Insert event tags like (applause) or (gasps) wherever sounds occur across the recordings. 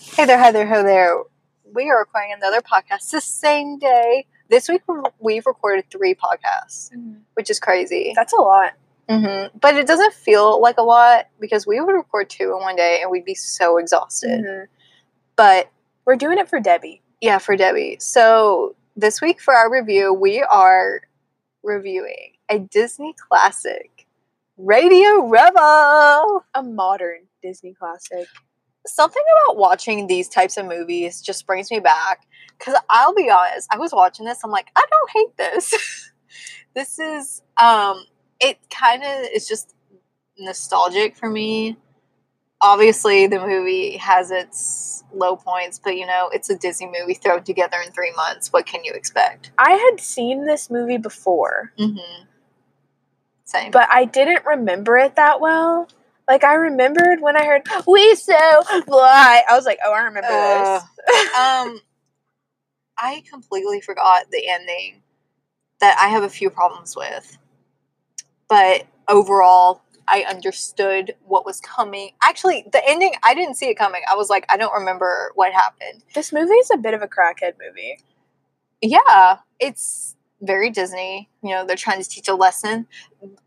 Hey there, hi there, ho there. We are recording another podcast the same day. This week we're- we've recorded three podcasts, which is crazy. Mm-hmm. That's a lot. hmm But it doesn't feel like a lot because we would record two in one day and we'd be so exhausted. Mm-hmm. But We're doing it for Debbie. yeah, for Debbie. So this week for our review, we are reviewing a Disney classic, Radio Rebel. A modern Disney classic. something about watching these types of movies just brings me back because i'll be honest i was watching this i'm like i don't hate this (laughs) this is um it kind of is just nostalgic for me obviously the movie has its low points but you know it's a disney movie thrown together in three months what can you expect I had seen this movie before, mm-hmm. same but I didn't remember it that well. Like I remembered when I heard "We so fly," I was like, "Oh, I remember Ugh. this." um I completely forgot the ending that I have a few problems with. But overall, I understood what was coming. Actually, the ending I didn't see it coming. I was like, I don't remember what happened. this movie is a bit of a crackhead movie. Yeah, it's very Disney. You know, they're trying to teach a lesson.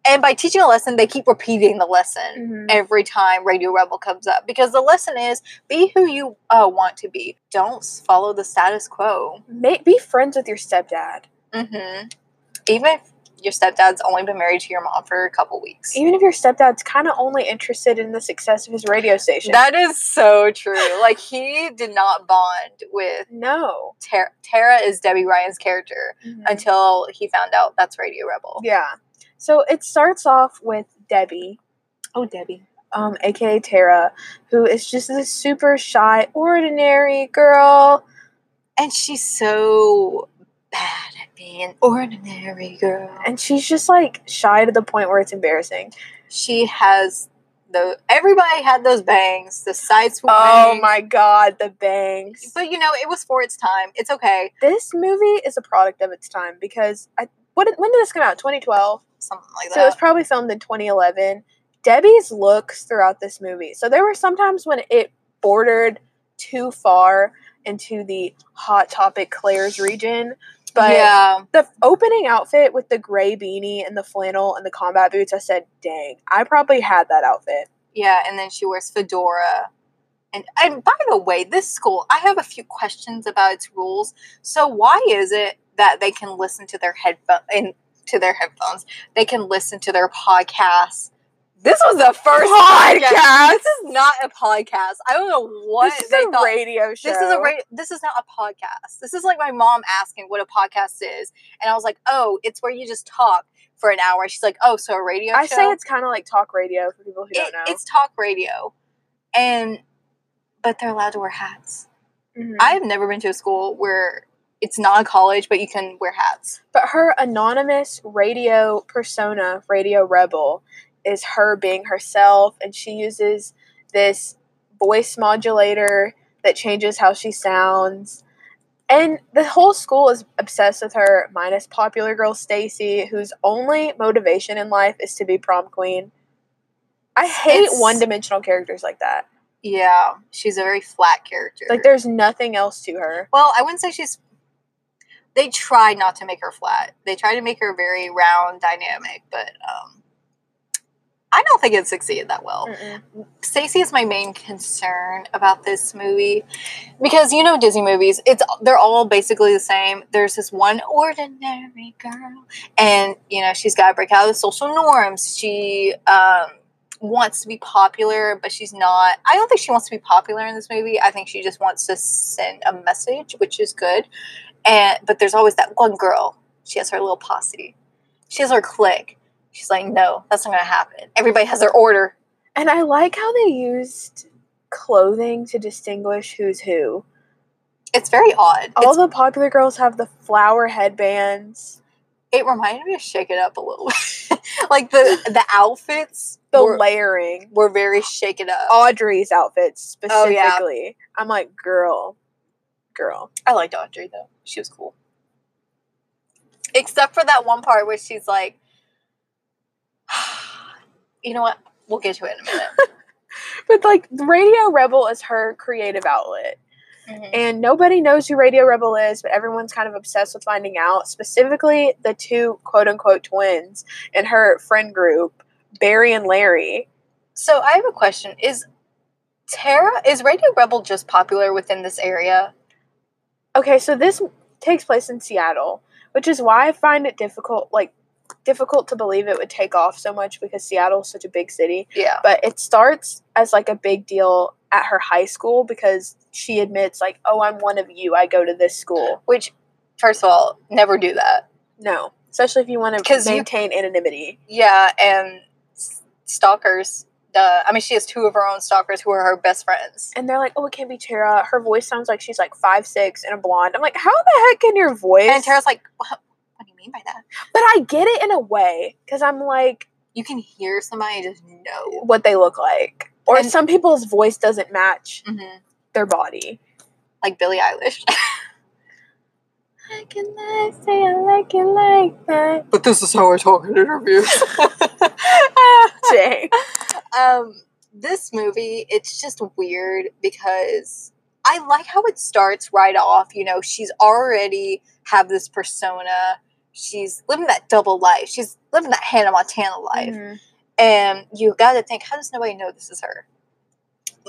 And by teaching a lesson, they keep repeating the lesson Mm-hmm. every time Radio Rebel comes up because the lesson is be who you uh, want to be. Don't s- follow the status quo. Ma- be friends with your stepdad, Mm-hmm. Even if your stepdad's only been married to your mom for a couple weeks. even if your stepdad's kind of only interested in the success of his radio station. That is so true. Like he did not bond with no, Tara. Tara is Debbie Ryan's character until he found out that's Radio Rebel. Mm-hmm. yeah. So it starts off with Debbie, Oh, Debbie. um, aka Tara, who is just this super shy, ordinary girl. And she's so bad at being an ordinary girl. And And she's just like shy to the point where it's embarrassing. she has the everybody had those bangs. The sides were Oh bangs. my god, the bangs. But you know, it was for its time. It's okay. this movie is a product of its time because I, what, did- when did this come out? 2012? Something like So it that. was probably filmed in 2011. Debbie's looks throughout this movie. So there were some times when it bordered too far into the hot topic Claire's region, but yeah. the opening outfit with the gray beanie and the flannel and the combat boots, I said, "Dang, I probably had that outfit." Yeah, and then she wears fedora. And and by the way, this school, I have a few questions about its rules. So why is it that they can listen to their headphone and to their headphones? They can listen to their podcasts. This was the first podcast. This is not a podcast. I don't know what this is they a thought. radio show. This is a radio. This is not a podcast. This is like my mom asking what a podcast is, and I was like, "Oh, it's where you just talk for an hour." She's like, "Oh, so a radio?" I show? say it's kind of like talk radio for people who it, don't know. it's talk radio and but they're allowed to wear hats Mhm. i've never been to a school where it's not a college but you can wear hats But her anonymous radio persona, Radio Rebel, is her being herself, and she uses this voice modulator that changes how she sounds. And the whole school is obsessed with her, minus popular girl Stacy, whose only motivation in life is to be prom queen. I hate It's- one dimensional characters like that. yeah she's a very flat character Like, there's nothing else to her. well i wouldn't say she's they try not to make her flat they try to make her very round dynamic but um i don't think it succeeded that well Mm-mm. Stacey is my main concern about this movie because you know Disney movies, it's they're all basically the same. There's this one ordinary girl, and you know she's got to break out of the social norms. She um, wants to be popular, but she's not. I don't think she wants to be popular in this movie. I think she just wants to send a message, which is good. And but there's always that one girl. She has her little posse. She has her clique. She's like, no, that's not gonna happen. Everybody has their order. And I like how they used clothing to distinguish who's who. It's very odd. All It's- the popular girls have the flower headbands. it reminded me of Shake It Up a little bit. (laughs) like the the outfits The were, layering. were very shaken up. Audrey's outfits Oh, specifically. yeah. I'm like, girl, girl. I liked Audrey though. She was cool. Except for that one part where (sighs) (laughs) she's like, you know what? We'll get to it in a minute. but like Radio Rebel is her creative outlet. Mhm. And nobody knows who Radio Rebel is, but everyone's kind of obsessed with finding out, specifically the two quote unquote twins in her friend group, Barry and Larry. So I have a question: Is Tara is Radio Rebel just popular within this area? Okay, so this takes place in Seattle, which is why I find it difficult, like, difficult to believe it would take off so much because Seattle's such a big city. Yeah. but it starts as like a big deal at her high school because she admits like oh i'm one of you i go to this school Which, first of all, never do that. no especially if you want to 'Cause you- maintain anonymity Yeah, and s- stalkers. Duh. I mean, she has two of her own stalkers who are her best friends. and they're like oh it can't be tara her voice sounds like she's like five six and a blonde i'm like how the heck can your voice And Tara's like, what, what do you mean by that? but i get it in a way because i'm like You can hear somebody and just know. what they look like or And- some people's voice doesn't match hmm their body Like Billie Eilish. (laughs) i can lie say i like it like (laughs) that but this is how I talk in interviews. Dang. um, this movie, it's just weird because I like how it starts right off. You know, she's already have this persona. She's living that double life. She's living that Hannah Montana life. Mhm. and you got to think how does nobody know this is her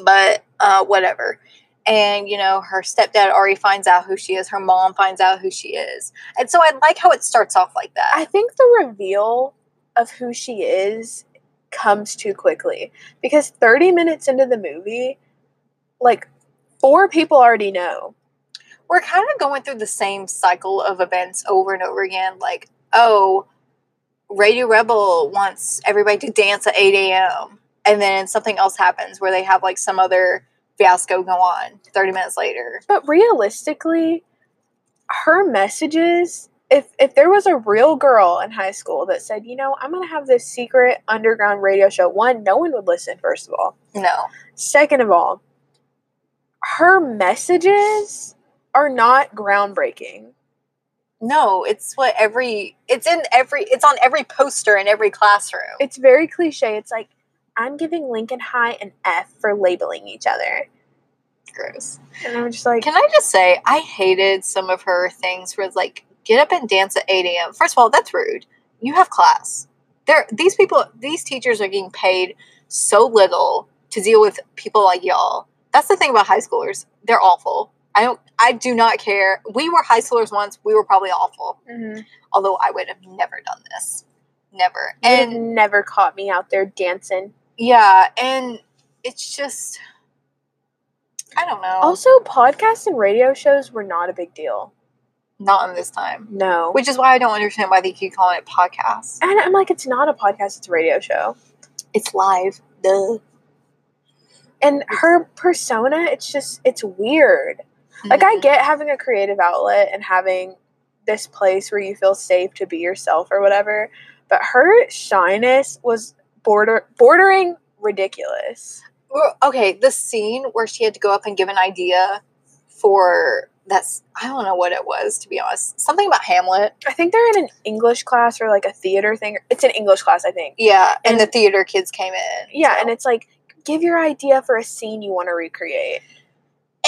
but uh, whatever and you know her stepdad already finds out who she is her mom finds out who she is and so i like how it starts off like that I think the reveal of who she is comes too quickly because 30 minutes into the movie, like four people already know. we're kind of going through the same cycle of events over and over again like oh radio rebel wants everybody to dance at 8 a.m and then something else happens where they have like some other fiasco go on 30 minutes later But realistically, her messages if if there was a real girl in high school that said, "You know, I'm going to have this secret underground radio show." One, no one would listen first of all. no Second of all, her messages are not groundbreaking. No, it's what every it's in every it's on every poster in every classroom. it's very cliche. It's like I'm giving Lincoln High an F for labeling each other, gross. and I'm just like, Can I just say I hated some of her things where it's like get up and dance at eight AM. First of all, that's rude. You have class. There these people these teachers are getting paid so little to deal with people like y'all. That's the thing about high schoolers. They're awful. I don't I do not care. We were high schoolers once, we were probably awful. mm, Although I would have never done this. Never. And and you never caught me out there dancing. Yeah, and it's just I don't know. Also, podcasts and radio shows were not a big deal. not in this time. No, Which is why I don't understand why they keep calling it podcast. and I'm like, it's not a podcast; it's a radio show. It's live. Duh. And her persona, it's just, it's weird. Like Mm-hmm. I get having a creative outlet and having this place where you feel safe to be yourself or whatever, but her shyness was border bordering ridiculous. Well, okay, the scene where she had to go up and give an idea for that's I don't know what it was to be honest. Something about Hamlet. I think they're in an English class or like a theater thing. It's an English class, I think. Yeah, and, the And- theater kids came in. Yeah, so. and it's like give your idea for a scene you want to recreate.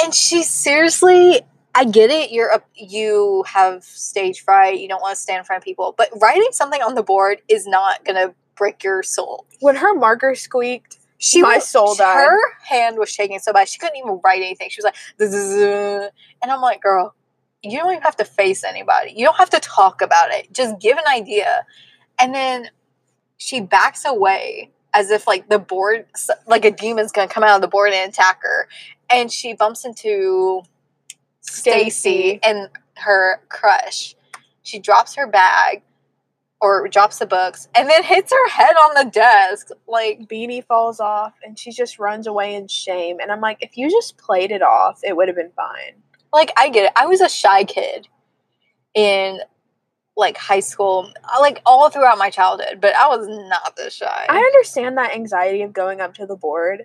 and she seriously i get it you're up you have stage fright you don't want to stand in front of people but writing something on the board is not gonna break your soul When her marker squeaked, she My wa- soul died. her hand was shaking so bad she couldn't even write anything she was like "Zzz." and i'm like girl you don't even have to face anybody you don't have to talk about it just give an idea and then she backs away as if like the board s- like a demon's gonna come out of the board and attack her and she bumps into Stacy Stacy. and her crush. She drops her bag or drops the books and then (laughs) hits her head on the desk. Like, beanie falls off and she just runs away in shame. And I'm like, if you just played it off, it would have been fine. like I get it. I was a shy kid in like high school, I- like all throughout my childhood, but I was not this shy. I understand that anxiety of going up to the board.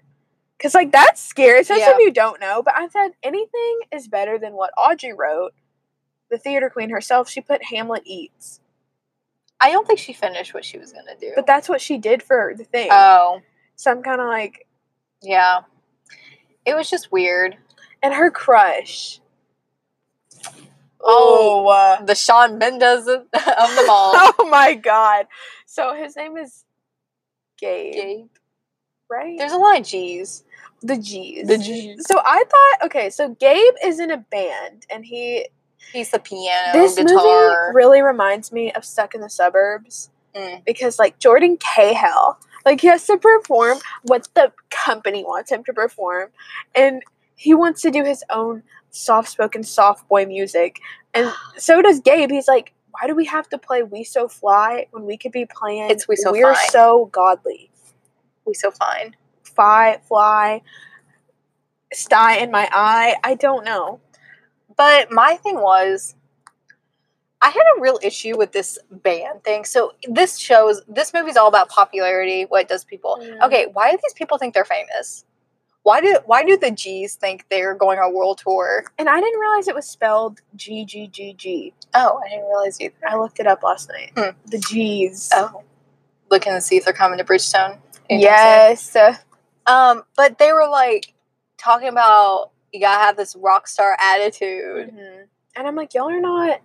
Cause like that's scary, especially Yeah. if you don't know. But I said anything is better than what Audrey wrote. The theater queen herself, she put Hamlet eats. I don't think she finished what she was gonna do. But that's what she did for the thing. oh, so I'm kind of like, Yeah. It was just weird. And her crush. Oh. uh, The Sean Mendez of (laughs) of them all. (laughs) oh my god. So his name is Gabe, Gabe. right? There's a lot of G's. the G's. G's. So I thought, okay, so Gabe is in a band, and he He's the piano, this guitar. movie really reminds me of Stuck in the Suburbs Mm. because like Jordan Cahill, like he has to perform what the company wants him to perform, and he wants to do his own soft-spoken soft boy music, (gasps) and so does Gabe. He's like, why do we have to play "We So Fly" when we could be playing It's We So We're Fine." So Godly." we so fine. Fly, fly, sty in my eye. I don't know. But my thing was, I had a real issue with this band thing. So this shows this movie's all about popularity. What does people? Mm. Okay, why do these people think they're famous? Why do why do the G's think they're going on world tour? And I didn't realize it was spelled G G G G. Oh, I didn't realize either. I looked it up last night. Hmm. The G's. Oh, looking to see if they're coming to Bridgestone. anytime soon. yes. Um, but they were like talking about you gotta have this rock star attitude. Mhm. And I'm like, y'all are not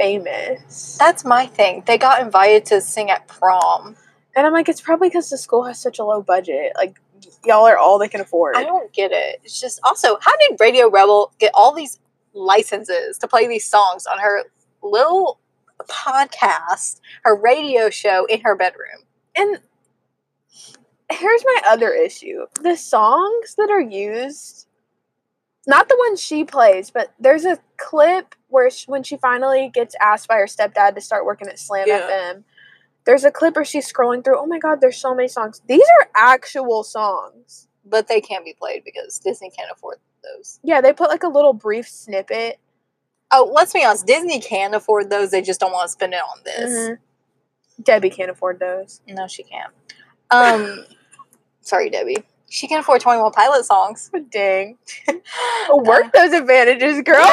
famous. That's my thing. They got invited to sing at prom. and I'm like, it's probably because the school has such a low budget. Like, y'all are all they can afford. I don't get it. It's just also how did Radio Rebel get all these licenses to play these songs on her little podcast, her radio show in her bedroom? And here's my other issue the songs that are used, not the ones she plays, but there's a clip where sh when she finally gets asked by her stepdad to start working at Slam Yeah. FM, there's a clip where she's scrolling through. Oh my God, there's so many songs. These are actual songs. But they can't be played because Disney can't afford those. Yeah, they put like a little brief snippet. Oh, let's be honest, Disney can afford those. They just don't want to spend it on this. Mhm. Debbie can't afford those. No, she can't. Um, (laughs) sorry, Debbie. She can afford Twenty One Pilot songs. Oh, Dang. (laughs) Uh, Work those advantages, girl.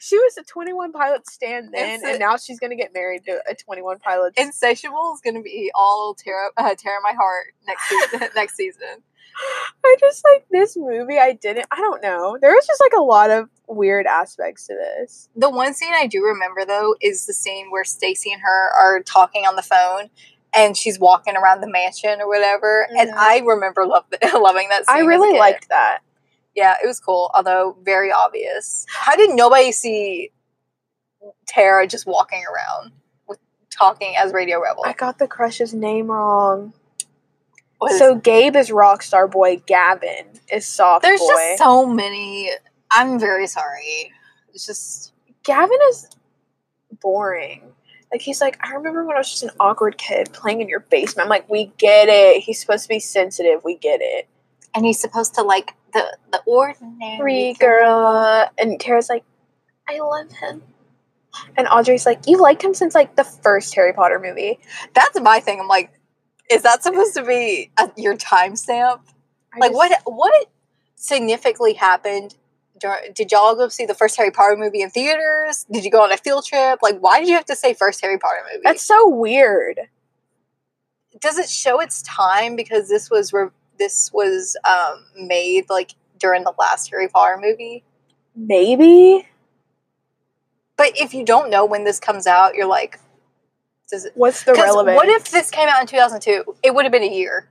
she was a 21 Pilot stand then, It's a- and now she's going to get married to a 21 Pilot. Insatiable is going to be all tear uh, tear my heart next season, (laughs) next season. I just like this movie. I didn't. I don't know. There was just like a lot of weird aspects to this. The one scene I do remember though is the scene where Stacy and her are talking on the phone, and she's walking around the mansion or whatever. And Mhm. I remember love, (laughs) loving that. scene I as a really kid. liked that. Yeah, it was cool, although very obvious. How did nobody see Tara just walking around with talking as Radio Rebel? I got the crush's name wrong. What is- so Gabe is rock star boy. Gavin is soft there's boy. just so many. I'm very sorry. It's just Gavin is boring. Like he's like, I remember when I was just an awkward kid playing in your basement. I'm like, we get it. He's supposed to be sensitive. We get it. and he's supposed to like the the ordinary Free girl. And Tara's like, I love him. And Audrey's like, you liked him since like the first Harry Potter movie. That's my thing. I'm like, is that supposed to be a, your timestamp? I Like, just- what what significantly happened? dur- Did y'all go see the first Harry Potter movie in theaters? Did you go on a field trip? Like, why did you have to say first Harry Potter movie? That's so weird. Does it show its time because this was re- this was um, made like during the last Harry Potter movie? Maybe But if you don't know when this comes out, you're like, does it? what's the 'cause relevance? What if this came out in 2002? It would have been a year.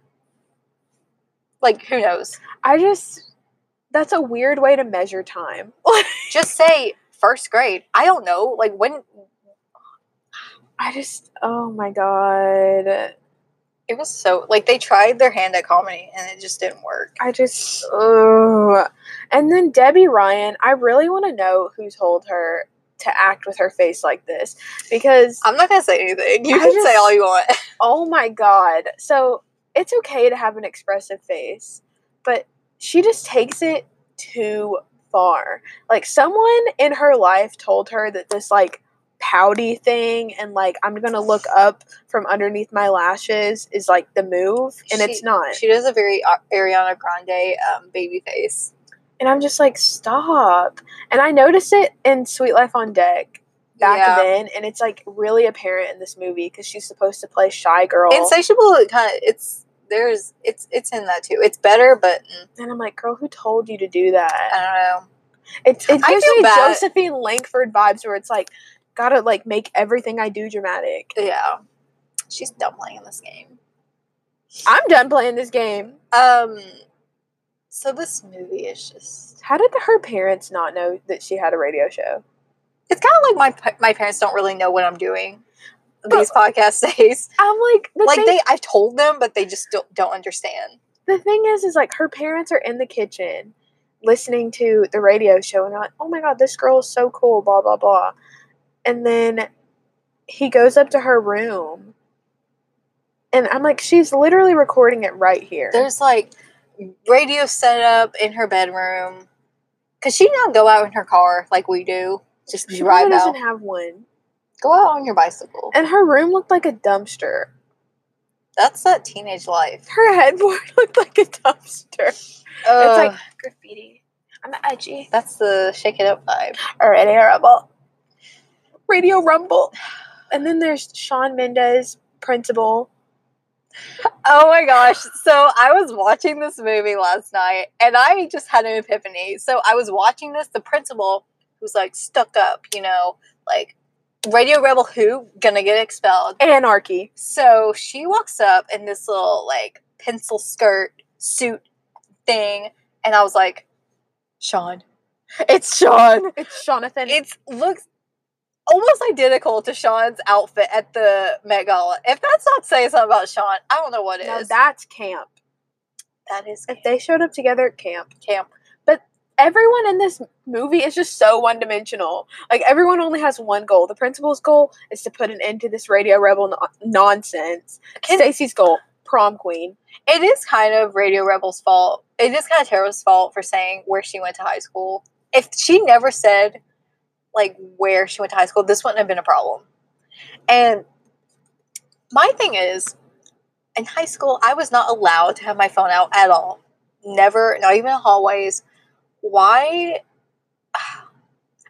Like, who knows? I just? That's a weird way to measure time. Just say first grade. I don't know. Like, when I just. Oh my god. it was so like they tried their hand at comedy and it just didn't work. I just. Ugh. And then Debbie Ryan. I really want to know who told her to act with her face like this because I'm not gonna say anything. You I can say just- all you want. (laughs) Oh my god. So it's okay to have an expressive face, but she just takes it too far. Like someone in her life told her that this like pouty thing and like I'm going to look up from underneath my lashes is like the move and it's She- not. She does a very Ar- Ariana Grande um, baby face. and I'm just like stop. And I noticed it in Sweet Life on Deck back Yeah. then and it's like really apparent in this movie cuz she's supposed to play shy girl. Insatiable. It kind of it's there's it's it's in that too. It's better, but mm, And I'm like, girl, who told you to do that? I don't know. It, it Uh, I gives feel me bad. Josephine Langford vibes where it's like, gotta like make everything I do dramatic. Yeah, she's done playing this game. I'm done playing this game. Um, so this movie is just. How did her parents not know that she had a radio show? It's kind of like my pa- my parents don't really know what I'm doing But- these podcast (laughs) days. I'm like, the Like thing, they, I've told them, but they just don't don't understand. the thing is, is like her parents are in the kitchen listening to the radio show, and they're like, oh my god, this girl is so cool, blah blah blah. And then he goes up to her room, and I'm like, she's literally recording it right here. There's like radio set up in her bedroom because she don't go out in her car like we do. Just she drive probably out. doesn't have one, Go out on your bicycle. and her room looked like a dumpster. That's that teenage life. Her headboard (laughs) looked like a dumpster. Oh, like- Graffiti. I'm edgy. that's the shake it up vibe. Already horrible. Radio Rumble. And then there's Sean Mendez, principal. Oh my gosh. So I was watching this movie last night and I just had an epiphany. So I was watching this, the principal who's like stuck up, you know, like Radio Rebel who gonna get expelled. Anarchy. So she walks up in this little like pencil skirt suit thing and I was like, Sean. It's Sean. It's Jonathan. It's looks almost identical to Sean's outfit at the Met Gala. If that's not saying something about Sean, I don't know what is. now that's camp. that is If they showed up together at camp, camp. everyone in this movie is just so one dimensional. Like everyone only has one goal. The principal's goal is to put an end to this radio rebel no- nonsense. And- Stacy's goal, prom queen. It is kind of Radio Rebel's fault. It is kind of Tara's fault for saying where she went to high school. If she never said like where she went to high school, this wouldn't have been a problem. And my thing is, in high school, I was not allowed to have my phone out at all. Never, not even in hallways. Why? (sighs)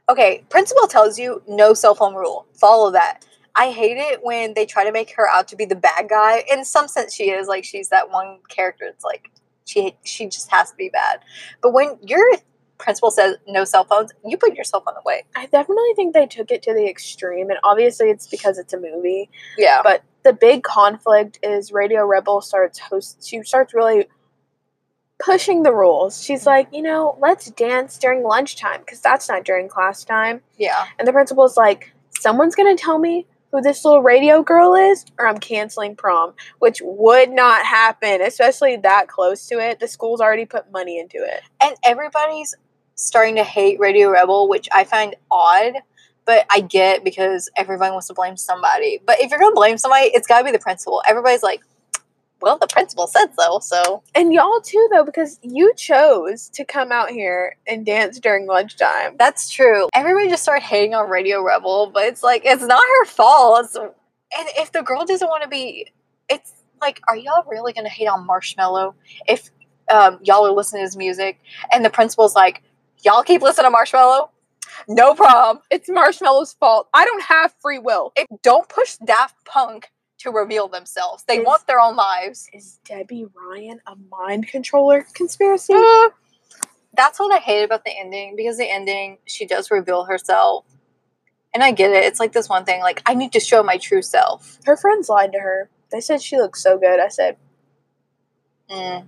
Okay, principal tells you no cell phone rule. Follow that. I hate it when they try to make her out to be the bad guy. In some sense, she is like she's that one character. It's like she she just has to be bad. But when your principal says no cell phones, you put your cell phone away. I definitely think they took it to the extreme, and obviously it's because it's a movie. Yeah, But the big conflict is Radio Rebel starts host. She starts really pushing the rules. She's like, you know, let's dance during lunchtime because that's not during class time. yeah. And the principal's like, someone's gonna tell me who this little radio girl is, or I'm canceling prom, which would not happen, especially that close to it. The school's already put money into it. And everybody's starting to hate Radio Rebel, which I find odd. But I get because everyone wants to blame somebody. But if you're gonna blame somebody, it's gotta be the principal. Everybody's like, "Well, the principal said so," so And y'all too, though, because you chose to come out here and dance during lunchtime. That's true. Everybody just started hating on Radio Rebel, but it's like it's not her fault. It's- and if the girl doesn't want to be, it's like, are y'all really gonna hate on Marshmello if um, y'all are listening to his music? And the principal's like, y'all keep listening to Marshmello, no problem. It's Marshmallow's fault. I don't have free will. If don't push Daft Punk to reveal themselves, they Is- want their own lives. Is Debbie Ryan a mind controller conspiracy? Uh, that's what I hate about the ending because the ending she does reveal herself, and I get it. It's like this one thing, like I need to show my true self. Her friends lied to her. They said she looked so good. I said, Mm.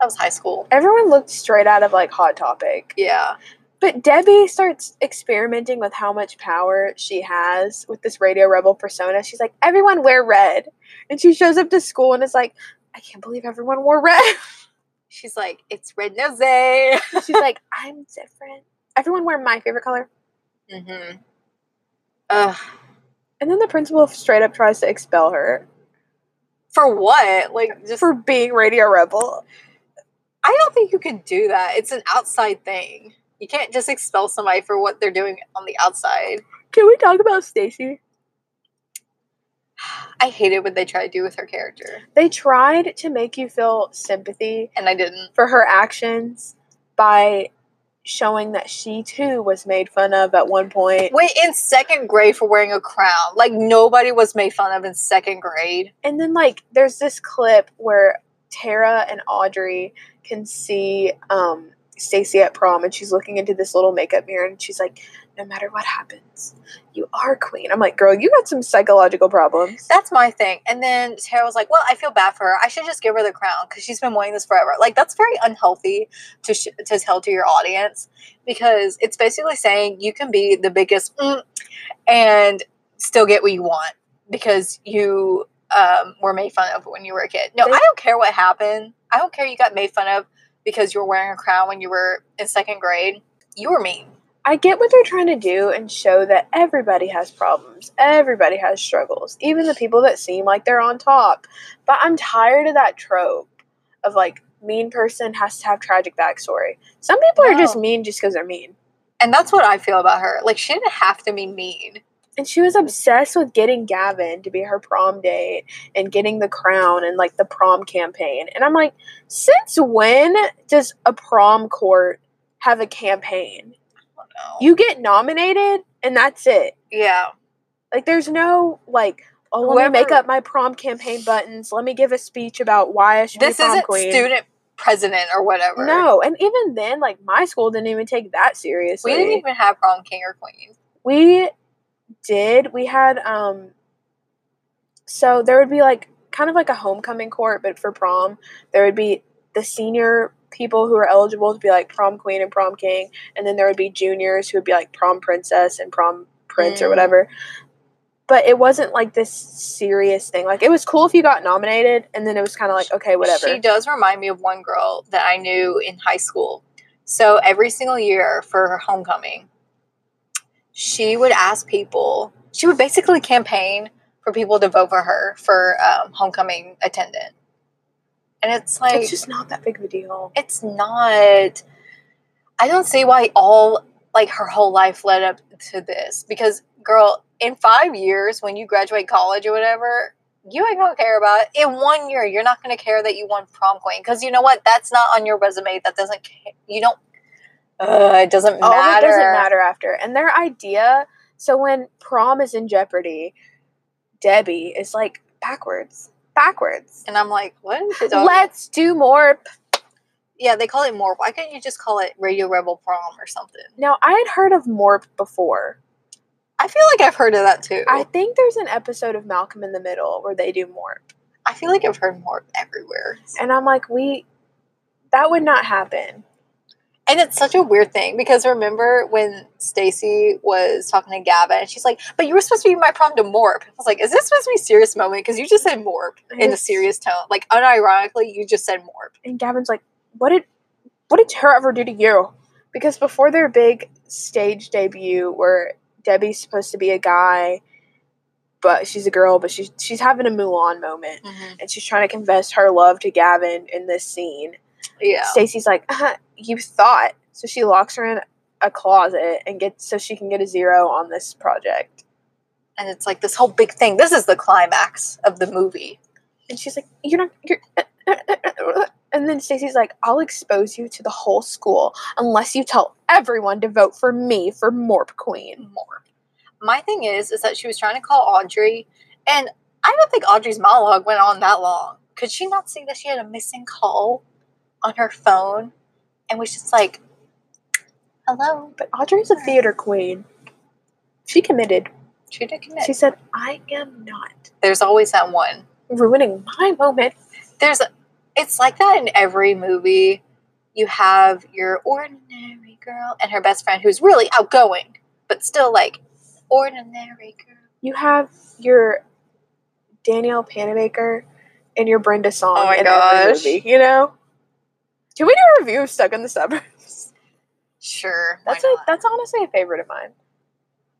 That was high school. everyone looked straight out of like Hot Topic. Yeah. But Debbie starts experimenting with how much power she has with this Radio Rebel persona. She's like, everyone wear red. And she shows up to school and is like, I can't believe everyone wore red. (laughs) She's like, it's red nose. (laughs) She's like, I'm different. Everyone wear my favorite color. mm-hmm. Ugh. And then the principal straight up tries to expel her For what? Like, just for being Radio Rebel. I don't think you can do that. It's an outside thing. You can't just expel somebody for what they're doing on the outside. Can we talk about Stacy? I hated what they tried to do with her character, They tried to make you feel sympathy and I didn't. for her actions by showing that she too was made fun of at one point. Wait, in second grade for wearing a crown. Like nobody was made fun of in second grade. And then like there's this clip where Tara and Audrey can see um, Stacy at prom, and she's looking into this little makeup mirror, and she's like, "No matter what happens, you are queen." I'm like, "Girl, you got some psychological problems." That's my thing. And then Tara was like, "Well, I feel bad for her. I should just give her the crown because she's been wanting this forever." Like that's very unhealthy to sh- to tell to your audience because it's basically saying you can be the biggest mm, and still get what you want because you um, were made fun of when you were a kid. No, They- I don't care what happened. I don't care you got made fun of because you were wearing a crown when you were in second grade. You were mean. I get what they're trying to do and show that everybody has problems. Everybody has struggles, even the people that seem like they're on top. But I'm tired of that trope of like mean person has to have tragic backstory. Some people are just No. mean just because they're mean. And that's what I feel about her. Like she didn't have to be mean. And she was obsessed with getting Gavin to be her prom date and getting the crown and like the prom campaign. And I'm like, since when does a prom court have a campaign? No. You get nominated and that's it. yeah. Like there's no like oh let Whoever- me make up my prom campaign buttons. Let me give a speech about why I should This be prom isn't queen. student president or whatever. no, and even then, like my school didn't even take that seriously. We didn't even have prom king or queen. We did. We had um. So there would be like kind of like a homecoming court, but for prom, there would be the senior people who are eligible to be like prom queen and prom king, and then there would be juniors who would be like prom princess and prom prince or Mm. whatever. But it wasn't like this serious thing. Like it was cool if you got nominated, and then it was kind of like okay, whatever. She does remind me of one girl that I knew in high school. So every single year for her homecoming, she would ask people, she would basically campaign for people to vote for her for um, homecoming attendant. And it's like, it's just not that big of a deal. it's not i don't see why all like her whole life led up to this because girl in five years when you graduate college or whatever you ain't gonna care about it in one year you're not gonna care that you won prom queen because you know what that's not on your resume that doesn't ca- you don't uh, it doesn't All that matter Oh, doesn't matter after. And their idea. So when prom is in jeopardy, Debbie is like backwards, backwards. and i'm like what is it all- Let's do more. yeah they call it more why can't you just call it radio rebel prom or something Now I had heard of Morp before. i feel like i've heard of that too I think there's an episode of Malcolm in the Middle where they do Morp, I feel like i've heard more everywhere and I'm like, we, that would not happen. And it's such a weird thing because remember when Stacy was talking to Gavin and she's like, "But you were supposed to be my prom to Morp." I was like, "Is this supposed to be a serious moment? Because you just said Morp in a Yes. serious tone, like unironically, you just said Morp." And Gavin's like, what did, what did Tara ever do to you? Because before their big stage debut, where Debbie's supposed to be a guy, but she's a girl, but she's she's having a Mulan moment, and she's trying to confess her love to Gavin in this scene. Yeah, Stacy's like, uh, you thought. So she locks her in a closet and gets so she can get a zero on this project. and it's like this whole big thing. This is the climax of the movie. And she's like, you're not. You're, uh, and then Stacy's like, I'll expose you to the whole school unless you tell everyone to vote for me for Morp Queen. Morp. My thing is, is that she was trying to call Audrey, and I don't think Audrey's monologue went on that long. Could she not see that she had a missing call on her phone, and was just like, "Hello." But Audrey's a theater queen. She committed. She did commit. She said, I am not There's always that one. ruining my moment. There's, it's like that in every movie. You have your ordinary girl and her best friend who's really outgoing, but still like ordinary girl. You have your Danielle Panabaker and your Brenda song Oh my in every gosh. movie, you know? Can we do a review of Stuck in the Oh Suburbs? Sure, That's why a, not? that's honestly a favorite of mine.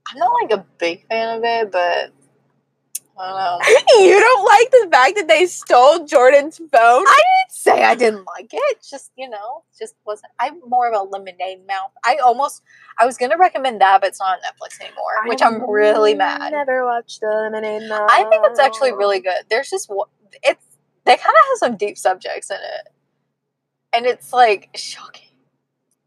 I'm not like a big fan of it, but I don't know. (laughs) You don't like the fact that they stole Jordan's phone? I didn't say I didn't like it. Just you know, just wasn't. I'm more of a lemonade mouth. I almost, I was gonna recommend that, but it's not on Netflix anymore, which I'm really mad. Never watched the Lemonade Mouth. I think it's actually really good. There's just one- it's they kind of have some deep subjects in it, and it's like shocking.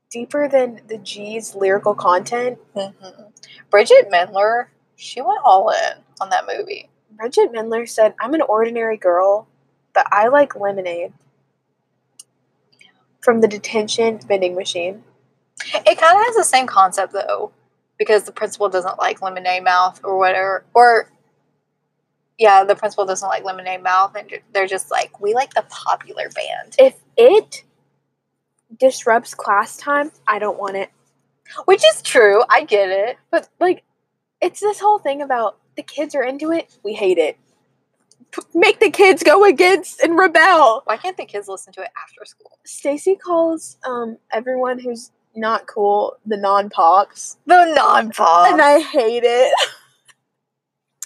deeper than the G's lyrical content. Mhm. Bridget Mendler, she went all in on that movie. Bridget Mendler said, "I'm an ordinary girl, but I like lemonade." from the detention vending machine. It kind of has the same concept though, because the principal doesn't like lemonade mouth or whatever. Or yeah, the principal doesn't like lemonade mouth, and ju- they're just like, we like the popular band, If it disrupts class time, I don't want it. which is true. I get it. But like, it's this whole thing about the kids are into it. We hate it. P- make the kids go against and rebel. Why can't the kids listen to it after school? Stacy calls um everyone who's not cool the non pops, The non pop. and I hate it.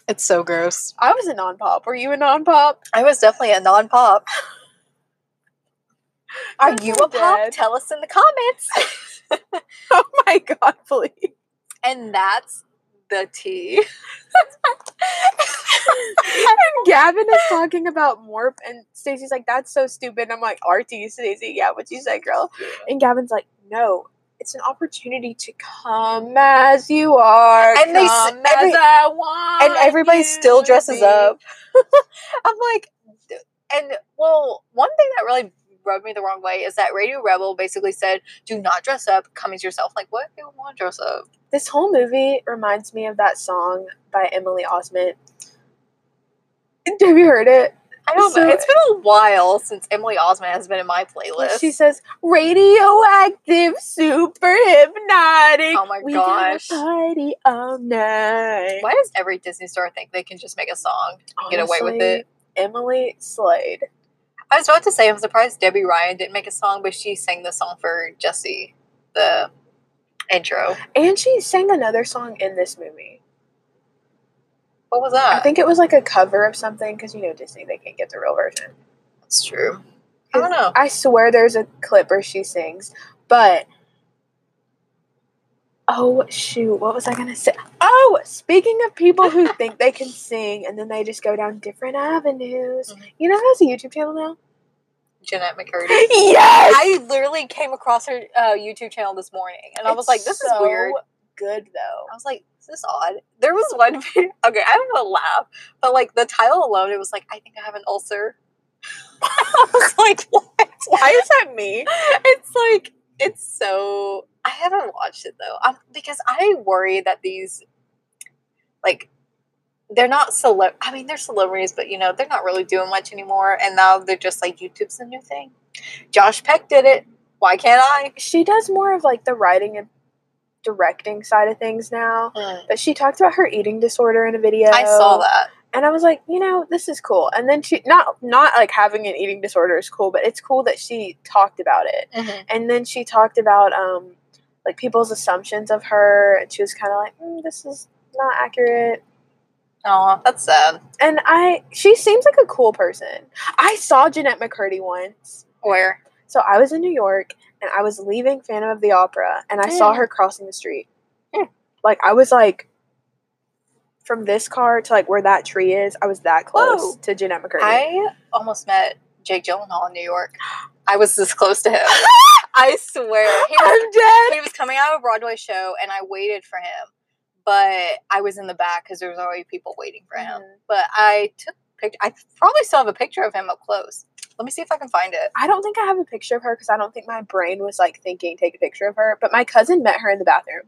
it's so gross. I was a non pop. Were you a non pop? I was definitely a non pop. Are That's you so a pop? bad. Tell us in the comments. (laughs) Oh my god, please. and that's the tea. and Gavin is talking about Morp, and Stacy's like, "That's so stupid." And I'm like, "RT, Stacy, yeah, what you say, girl?" And Gavin's like, "No, it's an opportunity to come as you are, And they s- come every- as I want." and everybody you still to dresses be." up. I'm like, d- and well, one thing that really rubbed me the wrong way is that Radio Rebel basically said, "Do not dress up. Come as yourself." Like, what? You want to dress up? This whole movie reminds me of that song by Emily Osment. Have you heard it? I don't So- know. It's been a while since Emily Osment has been in my playlist. She says, "Radioactive, super hypnotic." Oh my we gotta gosh. party all night. Why does every Disney store think they can just make a song? get away with Honestly, it. Emily Slade. I was about to say I'm surprised Debbie Ryan didn't make a song, but she sang the song for Jesse, the intro. And she sang another song in this movie. What was that? I think it was like a cover of something because you know Disney, they can't get the real version. that's true. I don't know. I swear there's a clip where she sings, but. Oh shoot, what was I gonna say? Oh, speaking of people who think they (laughs) can sing and then they just go down different avenues. Mhm. You know who has a YouTube channel now? Jeanette McCurdy. (laughs) Yes! I literally came across her uh, YouTube channel this morning, and I was like, "This is weird." Good though. I was like, "This is odd." There was one. (laughs) video- okay, I'm gonna laugh, but like the title alone, it was like, "I think I have an ulcer." (laughs) I was like, "What?" Why is that me? (laughs) It's like it's so. I haven't watched it though, i because I worry that these, like, they're not celeb. I mean, they're celebrities, but you know, they're not really doing much anymore, and now they're just like YouTube's the new thing. Josh Peck did it. Why can't I? she does more of like the writing and directing side of things now. Mm. But she talked about her eating disorder in a video. I saw that. And I was like, you know, this is cool. And then she not not like having an eating disorder is cool, but it's cool that she talked about it. Mm-hmm. And then she talked about um like people's assumptions of her and she was kind of like, mm, this is not accurate. Oh, that's sad. And I she seems like a cool person. I saw Jeanette McCurdy once Where? So I was in New York and I was leaving Phantom of the Opera and I saw Mm. her crossing the street. Mm. Like I was like from this car to like where that tree is, I was that close Whoa. to Jeanette McCurdy. Oh. I almost met Jake Gyllenhaal in New York. I was this close to him. (laughs) I swear. He was, I'm dead. he was coming out of a Broadway show, and I waited for him, but I was in the back because there was already people waiting for him. Mhm. But I took picture. I probably still have a picture of him up close. Let me see if I can find it. I don't think I have a picture of her because I don't think my brain was like thinking take a picture of her. But my cousin met her in the bathroom.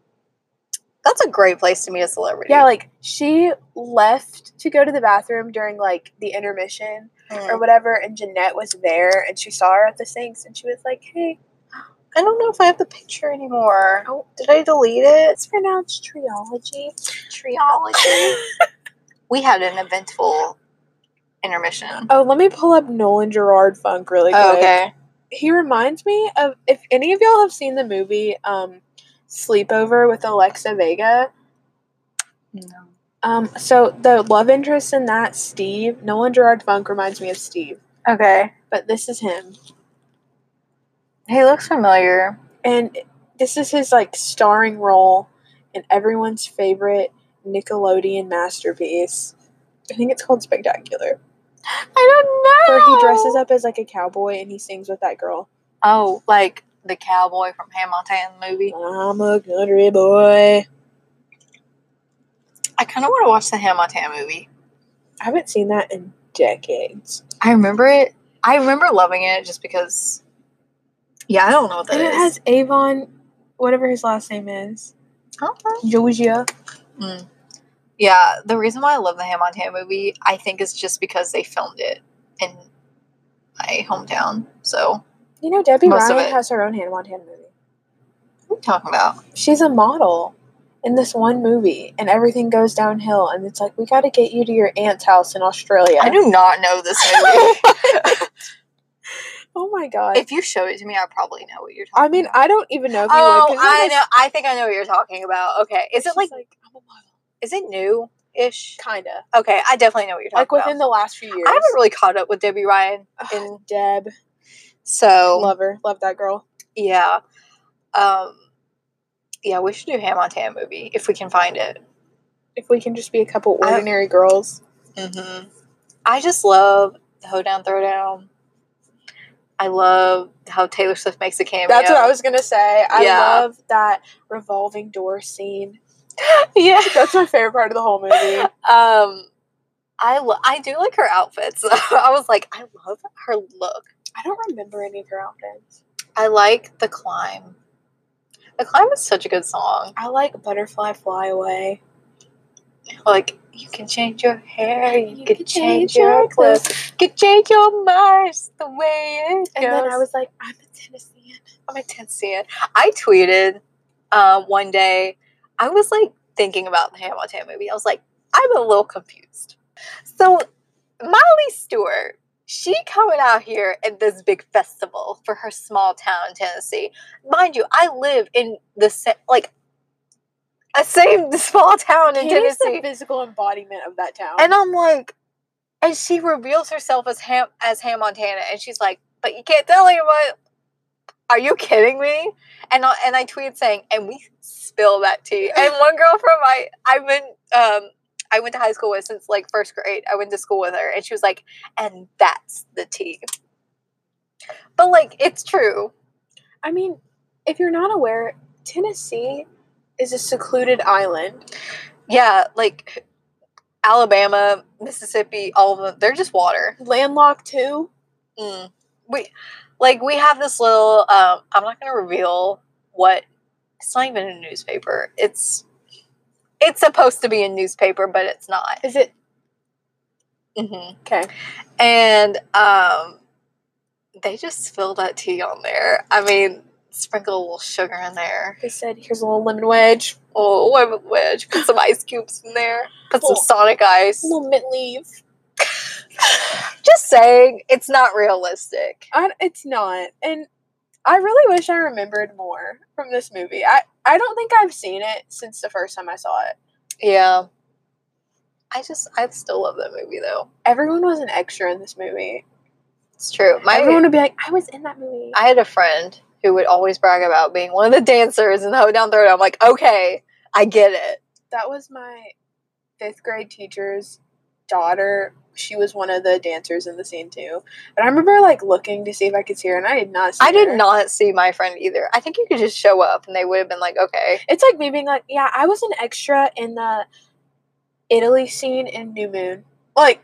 That's a great place to meet a celebrity. Yeah, like she left to go to the bathroom during like the intermission or Mm. whatever, and Jeanette was there and she saw her at the sinks and she was like, "Hey, I don't know if I have the picture anymore. Oh. Did I delete it? it's pronounced triology." Triology. we had an eventful intermission. Oh, let me pull up Nolan Gerard Funk really quick. Oh, okay. He reminds me of if any of y'all have seen the movie um, Sleepover with Alexa Vega. No. Um, so the love interest in that, Steve, Nolan Gerard Funk reminds me of Steve, Okay. but this is him. He looks familiar. And this is his like starring role in everyone's favorite Nickelodeon masterpiece. I think it's called Spectacular. I don't Where he dresses up as like a cowboy and he sings with that girl. Oh, like the cowboy from Ham Montana movie. I'm a country boy. I kind of want to watch the Ham Montana movie. I haven't seen that in decades. I remember it. I remember loving it just because Yeah, I don't know what that And is. it has Avon, whatever his last name is, I don't know. Georgia. Mm. Yeah, the reason why I love the Ham on Ham movie, I think, is just because they filmed it in my hometown. So, You know, Debbie Most of Ryan it. has her own hand on hand movie. what are you talking about? She's a model in this one movie, and everything goes downhill. And it's like, we got to get you to your aunt's house in Australia. I do not know this movie. (laughs) Oh my god. if you showed it to me, I probably know what you're talking I mean, about. I don't even know if you would. Oh, 'cause it I was- know. I think I know what you're talking about. Okay. Is she's it like, I'm a model. is it new ish? Kinda. Okay. I definitely know what you're talking Like within about. the last few years. I haven't really caught up with Debbie Ryan. in Deb. So, Love her. Love that girl. yeah. Um, yeah, we should do Ham on Ham movie if we can find it. If we can just be a couple I- ordinary girls. Mm-hmm. I just love the hoedown throwdown. I love how Taylor Swift makes a cameo. That's what I was gonna say. I Yeah. love that revolving door scene. (laughs) (laughs) yeah. That's my favorite part of the (laughs) whole movie. Um, I lo- I do like her outfits. (laughs) I was like, I love her look. I don't remember any of her outfits. I like the climb. The climb is such a good song. I like Butterfly Fly Away. Like you can change your hair, you, can, change, your your clothes, you can change your minds the way it And then I goes. was like, I'm a Tennessean. I'm a Tennessean. I tweeted uh, one day. I was like thinking about the Hannah Montana movie. I was like, I'm a little confused. So Miley Stewart, she coming out here at this big festival for her small town in Tennessee. Mind you, I live in the sa- like a same small town in Katie's the Tennessee, physical embodiment of that town. and I'm like, and she reveals herself as Ham as Ham Montana, and she's like, but you can't tell anyone. Are you kidding me? And I, and I tweeted saying, and we spill that tea. And one girl from my I've been um I went to high school with since like first grade. I went to school with her, and she was like, and that's the tea. But like, it's true. I mean, if you're not aware, Tennessee is a secluded island. Yeah, like Alabama, Mississippi, all of them, they're just water. Landlocked too. Mm. We like we have this little. Um, I'm not gonna reveal what. It's not even a newspaper. It's it's supposed to be a newspaper, but it's not. Is it hmm okay? and um, they just spill that tea on there. I mean, sprinkle a little sugar in there, They said, "Here's a little lemon wedge, a little lemon wedge, put some ice cubes in there, put some Oh. Sonic ice. a little mint leaf." Just saying, it's not realistic. I, it's not, and I really wish I remembered more from this movie. I I don't think I've seen it since the first time I saw it. Yeah, I just I still love that movie though. Everyone was an extra in this movie. It's true. My Everyone would be like, "I was in that movie." I had a friend who would always brag about being one of the dancers in the Hoedown Throwdown. I'm like, okay, I get it. that was my fifth grade teacher's daughter. She was one of the dancers in the scene too. But I remember like looking to see if I could see her, and I did not. see I did her. not see my friend either. I think you could just show up and they would have been like, okay. It's like me being like, "Yeah, I was an extra in the Italy scene in New Moon." Like.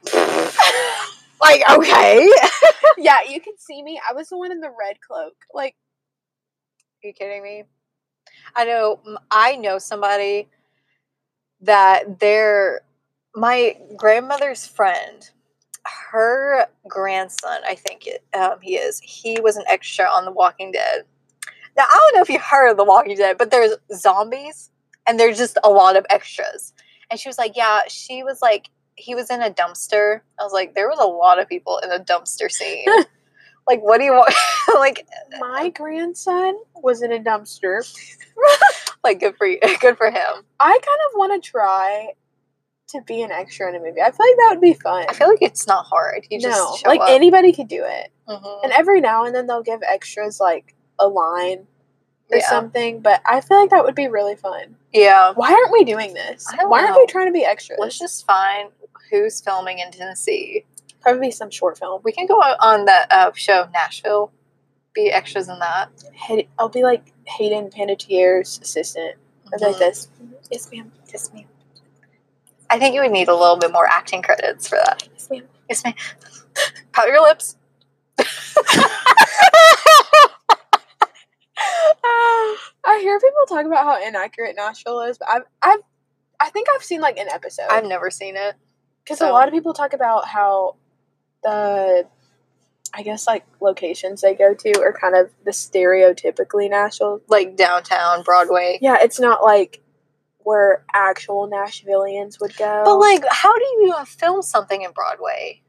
like okay are yeah, you can see me. I was the one in the red cloak. Like, you kidding me i know m- i know somebody that their my grandmother's friend her grandson i think it, um, he is he was an extra on the walking dead now i don't know if you heard of the walking dead but there's zombies and there's just a lot of extras and she was like yeah she was like he was in a dumpster i was like there was a lot of people in a dumpster scene like what do you want (laughs) like my grandson was in a dumpster. like good for you (laughs) good for him I kind of want to try to be an extra in a movie. I feel like that would be fun. I feel like it's not hard. You no, just show like up. anybody could do it. Mhm. And every now and then they'll give extras like a line or yeah. something, but I feel like that would be really fun. yeah. Why aren't we doing this? I don't Why aren't know. we trying to be extras? Let's just find who's filming in Tennessee. Probably some short film. We can go on- on that uh, show Nashville, be extras in that. Hay- I'll be like Hayden Panettiere's assistant. I'll be like Mhm. this. Yes, ma'am. Yes, ma'am. Mm-hmm. I think you would need a little bit more acting credits for that. Yes, ma'am. Yes, (laughs) ma'am. Pout your lips. hear people talk about how inaccurate Nashville is, but I've, I've, I think I've seen like an episode I've never seen it. because a so- lot of people talk about how the, I guess like locations they go to are kind of the stereotypically Nashville. Like downtown Broadway. Yeah, it's not like where actual Nashvillians would go. But like, how do you even film something in Broadway?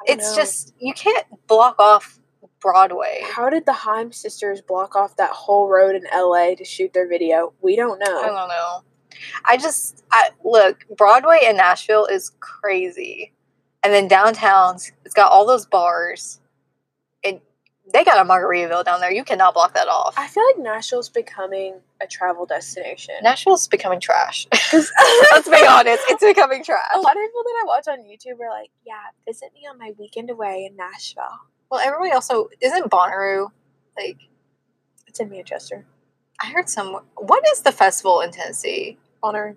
I don't It's know. just you can't block off Broadway. How did the Heim sisters block off that whole road in LA to shoot their video? We don't I know. don't know. I just I look Broadway in Nashville is crazy, and then downtown's it's got all those bars. It they got a Margaritaville down there. You cannot block that off. I feel like Nashville's becoming a travel destination. Nashville's becoming (laughs) trash. 'Cause- Let's be honest, it's becoming trash. A lot of people that I watch on YouTube are like, yeah, visit me on my weekend away in Nashville. Well, everybody also isn't Bonnaroo like It's in Manchester. I heard some. What is the festival in Tennessee? Honor.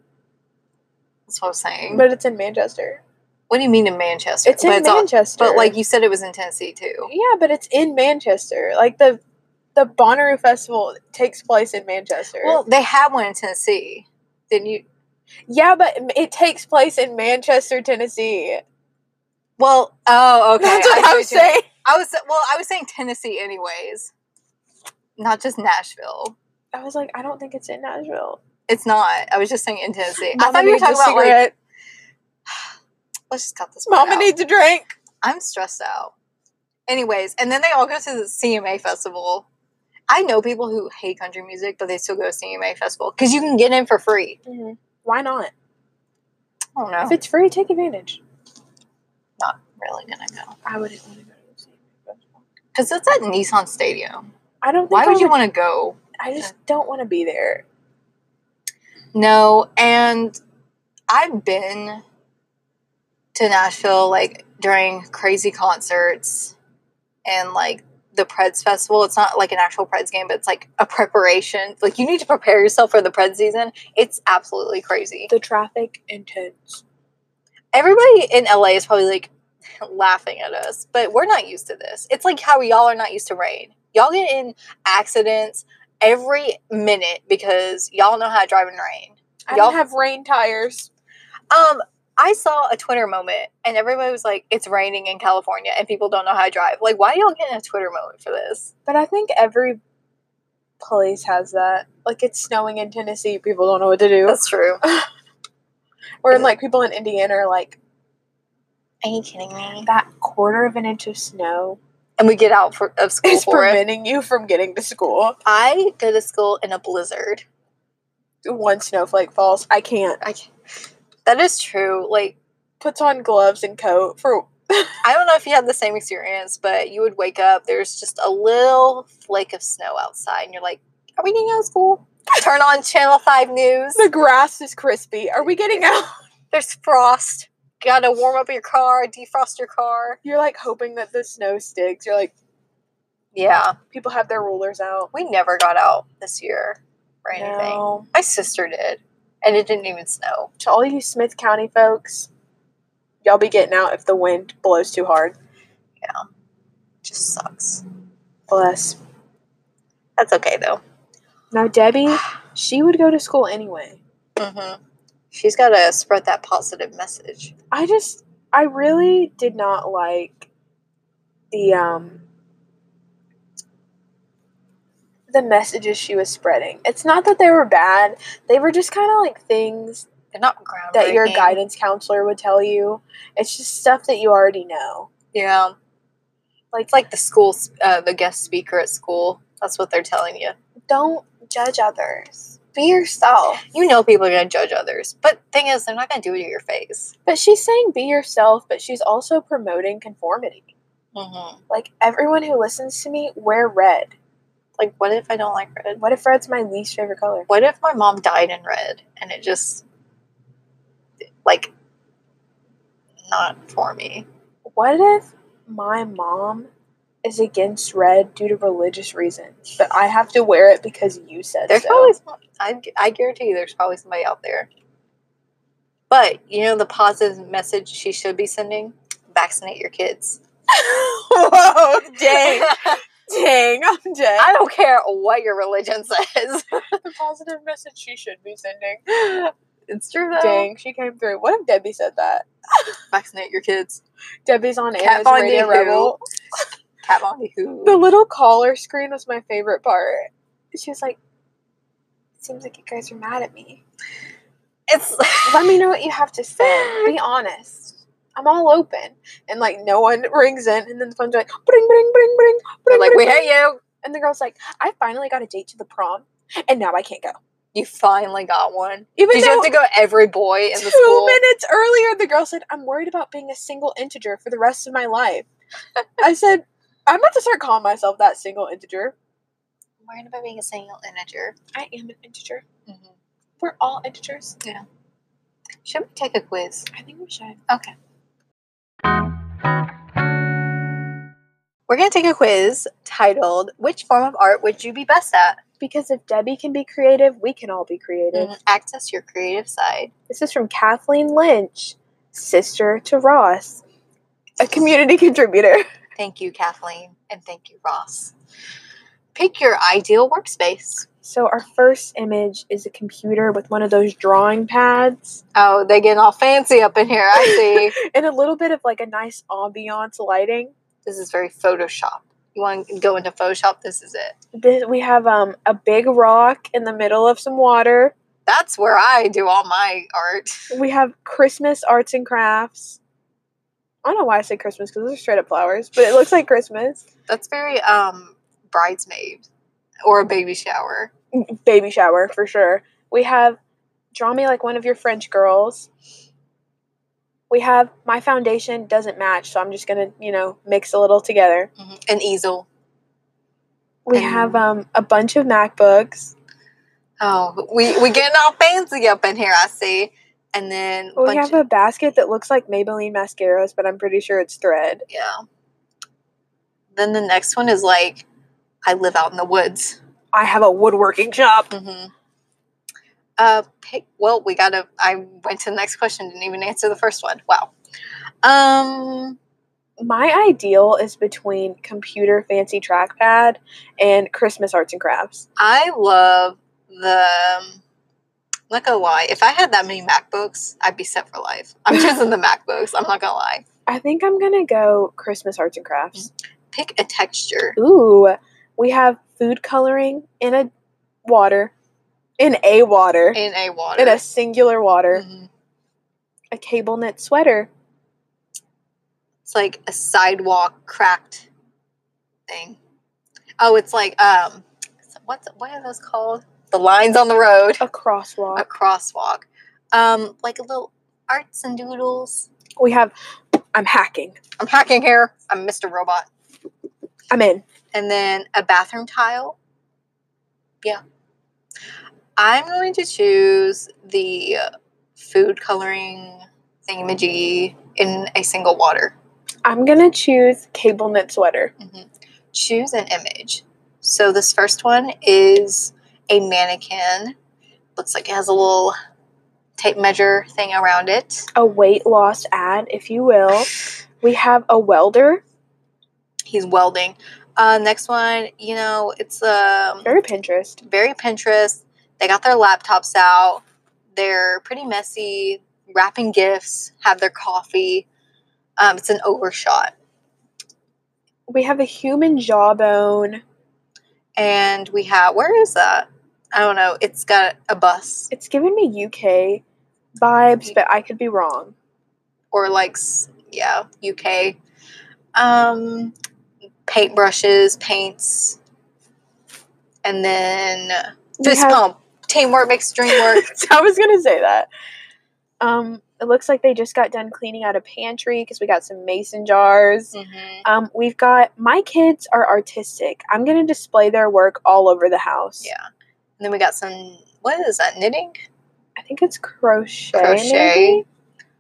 That's what I'm saying. But it's in Manchester. what do you mean in Manchester? It's in but all- Manchester. but like you said, it was in Tennessee too. Yeah, but it's in Manchester. Like the the Bonnaroo Festival takes place in Manchester. Well, they had one in Tennessee. Didn't you? yeah, but it takes place in Manchester, Tennessee. Well, oh, okay. That's what I see I'm you mean. saying. I was well. I was saying Tennessee, anyways. Not just Nashville. I was like, I don't think it's in Nashville. It's not. I was just saying in Tennessee. I Mama thought you were needs a talking about like. cigarette. Let's just cut this. part Mama out. needs a drink. I'm stressed out. Anyways, and then they all go to the CMA festival. I know people who hate country music, but they still go to CMA festival because you can get in for free. Why not? I don't If know. it's free, take advantage. Not really gonna go I wouldn't want to go to the same festival. because it's at Nissan Stadium. I don't. Think Why I would you want to go? I just don't want to be there. No, and I've been to Nashville like during crazy concerts and like the Preds festival. It's not like an actual Preds game, but it's like a preparation. Like you need to prepare yourself for the Preds season. It's absolutely crazy. The traffic intense. Everybody in LA is probably like (laughs) laughing at us, but we're not used to this. It's like how y'all are not used to rain. Y'all get in accidents every minute because y'all know how to drive in rain. I Y'all- don't have rain tires. Um, I saw a Twitter moment, and everybody was like, "It's raining in California, and people don't know how to drive." Like, why y'all getting a Twitter moment for this? But I think every place has that. Like it's snowing in Tennessee, people don't know what to do. That's true. Or in like people in Indiana are like Are you kidding me? that quarter of an inch of snow And we get out for, of school (laughs) is for it. preventing you from getting to school. I go to school in a blizzard. One snowflake falls. I can't. I can't. That is true. Like, Puts on gloves and coat for I don't know if you had the same experience, but you would wake up, there's just a little flake of snow outside, and you're like, "Are we getting out of school?" Turn on Channel Five News. the grass is crispy. Are we getting out? (laughs) There's frost. Gotta warm up your car, defrost your car. You're like hoping that the snow sticks. You're like Yeah. people have their rulers out. We never got out this year for anything. No. My sister did, and it didn't even snow. To all you Smith County folks, y'all be getting out if the wind blows too hard. Just sucks. Bless. That's okay though. Now Debbie, she would go to school anyway. hmm She's got to spread that positive message. I just I really did not like the um the messages she was spreading. It's not that they were bad. They were just kind of like things They're not groundbreaking. that your guidance counselor would tell you. It's just stuff that you already know. Yeah, Like it's like the school, s- uh, the guest speaker at school. That's what they're telling you. don't judge others. Be yourself. You know people are gonna judge others, but thing is, they're not gonna do it to your face. But she's saying be yourself, but she's also promoting conformity. Mm-hmm. Like everyone who listens to me, wear red. Like, what if I don't like red? What if red's my least favorite color? What if my mom died in red and it just like not for me? What if my mom is against red due to religious reasons, but I have to wear it because you said There's so? probably (laughs) some, I, I guarantee you there's probably somebody out there. But you know the positive message she (laughs) should be sending? Vaccinate your kids. Whoa, dang! Dang, I'm dead. (laughs) I don't care what your religion (laughs) says. the positive message she should be sending. (laughs) It's true though. Dang, she came through. What if Debbie said that? Vaccinate your kids. Debbie's on air Kat as Von Radio D who? Rebel. Cat Von who? The little caller screen was my favorite part. She was like, "Seems like you guys are mad at me. It's (laughs) Let me know what you have to say. Be honest. I'm all open." And like, no one (laughs) rings in, and then the phone's like, "Bring, bring, bring, bring." They're bring, like, bring, we bring." hate you. And the girl's like, "I finally got a date to the prom, and now I can't go." You finally got one. Even Did though you have to go every boy in the two school? minutes earlier, the girl said, I'm worried about being a single integer for the rest of my life. I said, I'm about to start calling myself that single integer. Worrying about being a single integer. I am an integer. Mm-hmm. We're all integers. Should we take a quiz? I think we should. Okay. We're going to take a quiz titled Which Form of Art Would You Be Best At? Because if Debbie can be creative, we can all be creative. Access your creative side. This is from Kathleen Lynch, sister to Ross, a community (laughs) contributor. Thank you, Kathleen, and thank you, Ross. Pick your ideal workspace. So, our first image is a computer with one of those drawing pads Oh, they getting all fancy up in here. I see. (laughs) and a little bit of like a nice ambiance lighting. this is very Photoshop. You want to go into Photoshop? This is it. This, we have um, a big rock in the middle of some water. That's where I do all my art. We have Christmas arts and crafts. I don't know why I say Christmas because those are straight up flowers, but it looks like Christmas. That's very um bridesmaid or a baby shower. Baby shower for sure. We have Draw Me Like One of Your French Girls. We have My Foundation Doesn't Match, so I'm just going to, you know, mix a little together. An easel. We And- have um, a bunch of MacBooks. Oh, we we getting all fancy up in here. I see. And then Oh, We bunch have of- a basket that looks like Maybelline mascaras, but I'm pretty sure it's thread. yeah. Then the next one is like, I live out in the woods. I have a woodworking shop. Mm-hmm. Uh, pick. Well, we gotta. I went to the next question. Didn't even answer the first one. Wow. Um. my ideal is between computer fancy trackpad and Christmas arts and crafts. I love the. um, I'm not gonna lie. If I had that many MacBooks, I'd be set for life. (laughs) I'm choosing the MacBooks. I'm not gonna lie. I think I'm gonna go Christmas arts and crafts. Pick a texture. Ooh, we have food coloring in a water, in a water, In a water. in a singular water, Mhm. a cable knit sweater. It's like a sidewalk cracked thing. Oh, it's like um, what's what are those called? The lines on the road. A crosswalk. A crosswalk. Um, like a little arts and doodles. We have. I'm hacking. I'm hacking here. I'm Mr. Robot. I'm in. And then a bathroom tile. Yeah. I'm going to choose the food coloring thingamajiggy in a single water. I'm gonna choose cable knit sweater. choose an image. So this first one is a mannequin. Looks like it has a little tape measure thing around it. A weight loss ad, if (sighs) you will. We have a welder. He's welding. Uh, next one, you know, it's um, Very Pinterest. very Pinterest. They got their laptops out. They're pretty messy, wrapping gifts, have their coffee. Um, it's an overshot. We have a human jawbone. And we have, where is that? I don't know. It's got a bus It's giving me UK Mm-hmm. vibes, but I could be wrong. or like, s- yeah, UK. Um, paintbrushes, paints, and then We fist have- pump. Teamwork makes dream (laughs) work. I was gonna say that. Um, it looks like they just got done cleaning out a pantry because we got some mason jars. Mhm. Um, we've got my kids are artistic. I'm gonna display their work all over the house. Yeah. And then we got some, what is that, knitting? I think it's crochet. Crochet. maybe?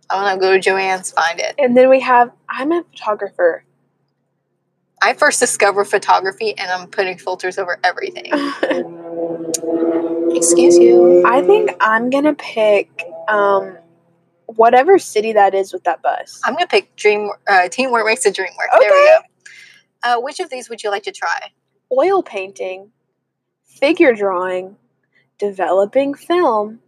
I'm gonna go to Joanne's, find it. And then we have I'm a photographer. (laughs) I first discovered photography and I'm putting filters over everything. I Excuse you. think I'm gonna pick um whatever city that is with that bus. I'm gonna pick dream. Uh, teamwork makes a dream work. There we Okay. go. Uh, which of these would you like to try? Oil painting, figure drawing, developing film,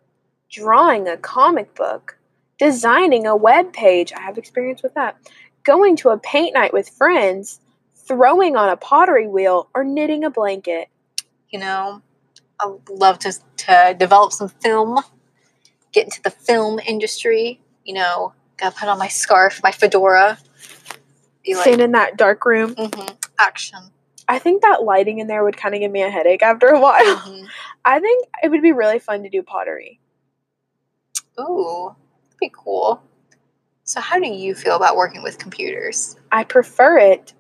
drawing a comic book, designing a web page. I have experience with that. Going to a paint night with friends, throwing on a pottery wheel, or knitting a blanket. You know, I would love to, to develop some film, get into the film industry. You know, gotta put on my scarf, my fedora. Be Stand in that dark room. hmm action. I think that lighting in there would kind of give me a headache after a while. (laughs) Mhm. I think it would be really fun to do pottery. Ooh, that'd be cool. So, how do you feel about working with computers? I prefer it.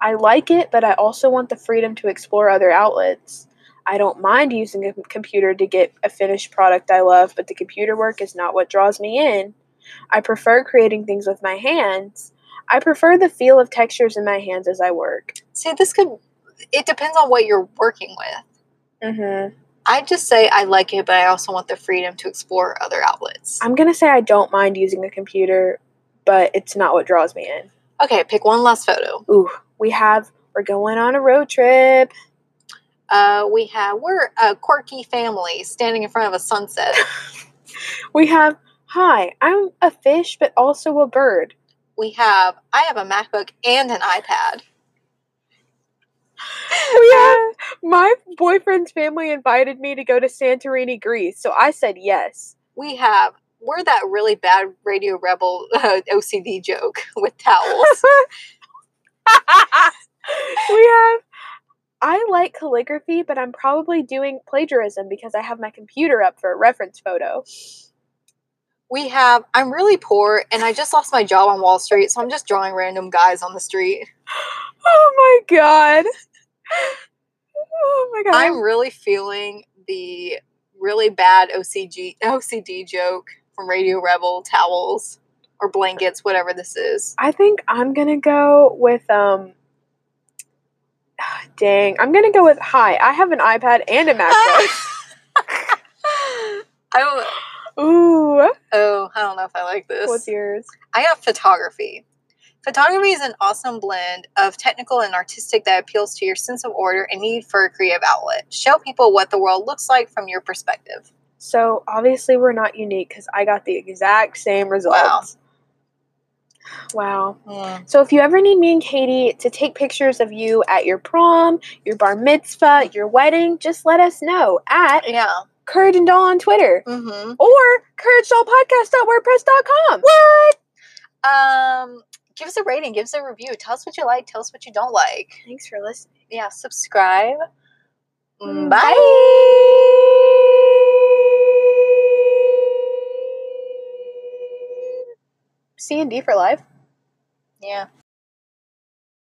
I like it, but I also want the freedom to explore other outlets. I don't mind using a com- computer to get a finished product I love, but the computer work is not what draws me in. I prefer creating things with my hands. I prefer the feel of textures in my hands as I work. See, this could, it depends on what you're working with. Mm-hmm. I just say I like it, but I also want the freedom to explore other outlets. I'm going to say I don't mind using a computer, but it's not what draws me in. Okay, pick one last photo. Ooh, we have, we're going on a road trip. Uh, we have, we're a quirky family standing in front of a sunset. We have, hi, I'm a fish, but also a bird. We have, I have a MacBook and an iPad. we had my boyfriend's family invited me to go to Santorini, Greece, so I said yes. (laughs) We have, we're that really bad Radio Rebel (laughs) uh, OCD joke (laughs) with towels. we have I like calligraphy, but I'm probably doing plagiarism because I have my computer up for a reference photo. we have i'm really poor and i just lost my job on wall street so i'm just drawing random guys on the street Oh my god. Oh my god. i'm really feeling the really bad ocg ocd joke from radio rebel towels or blankets whatever this is (laughs) I think I'm gonna go with um (sighs) dang. I'm gonna go with hi. I have an iPad and (laughs) a MacBook. I don't, Ooh. oh i don't know if i like this What's yours? I have photography. Photography is an awesome blend of technical and artistic that appeals to your sense of order and need for a creative outlet. Show people what the world looks like from your perspective. So obviously we're not unique because I got the exact same results. Wow. So if you ever need me and Katie to take pictures of you at your prom, your bar mitzvah, your wedding, just let us know at Yeah. Courage and Doll on Twitter Mm-hmm. or couragedollpodcast.wordpress.com. What? Um, give us a rating, give us a review. Tell us what you like, tell us what you don't like. Thanks for listening. Yeah, subscribe. Hmm. Mm, Bye. C and D for life. Yeah.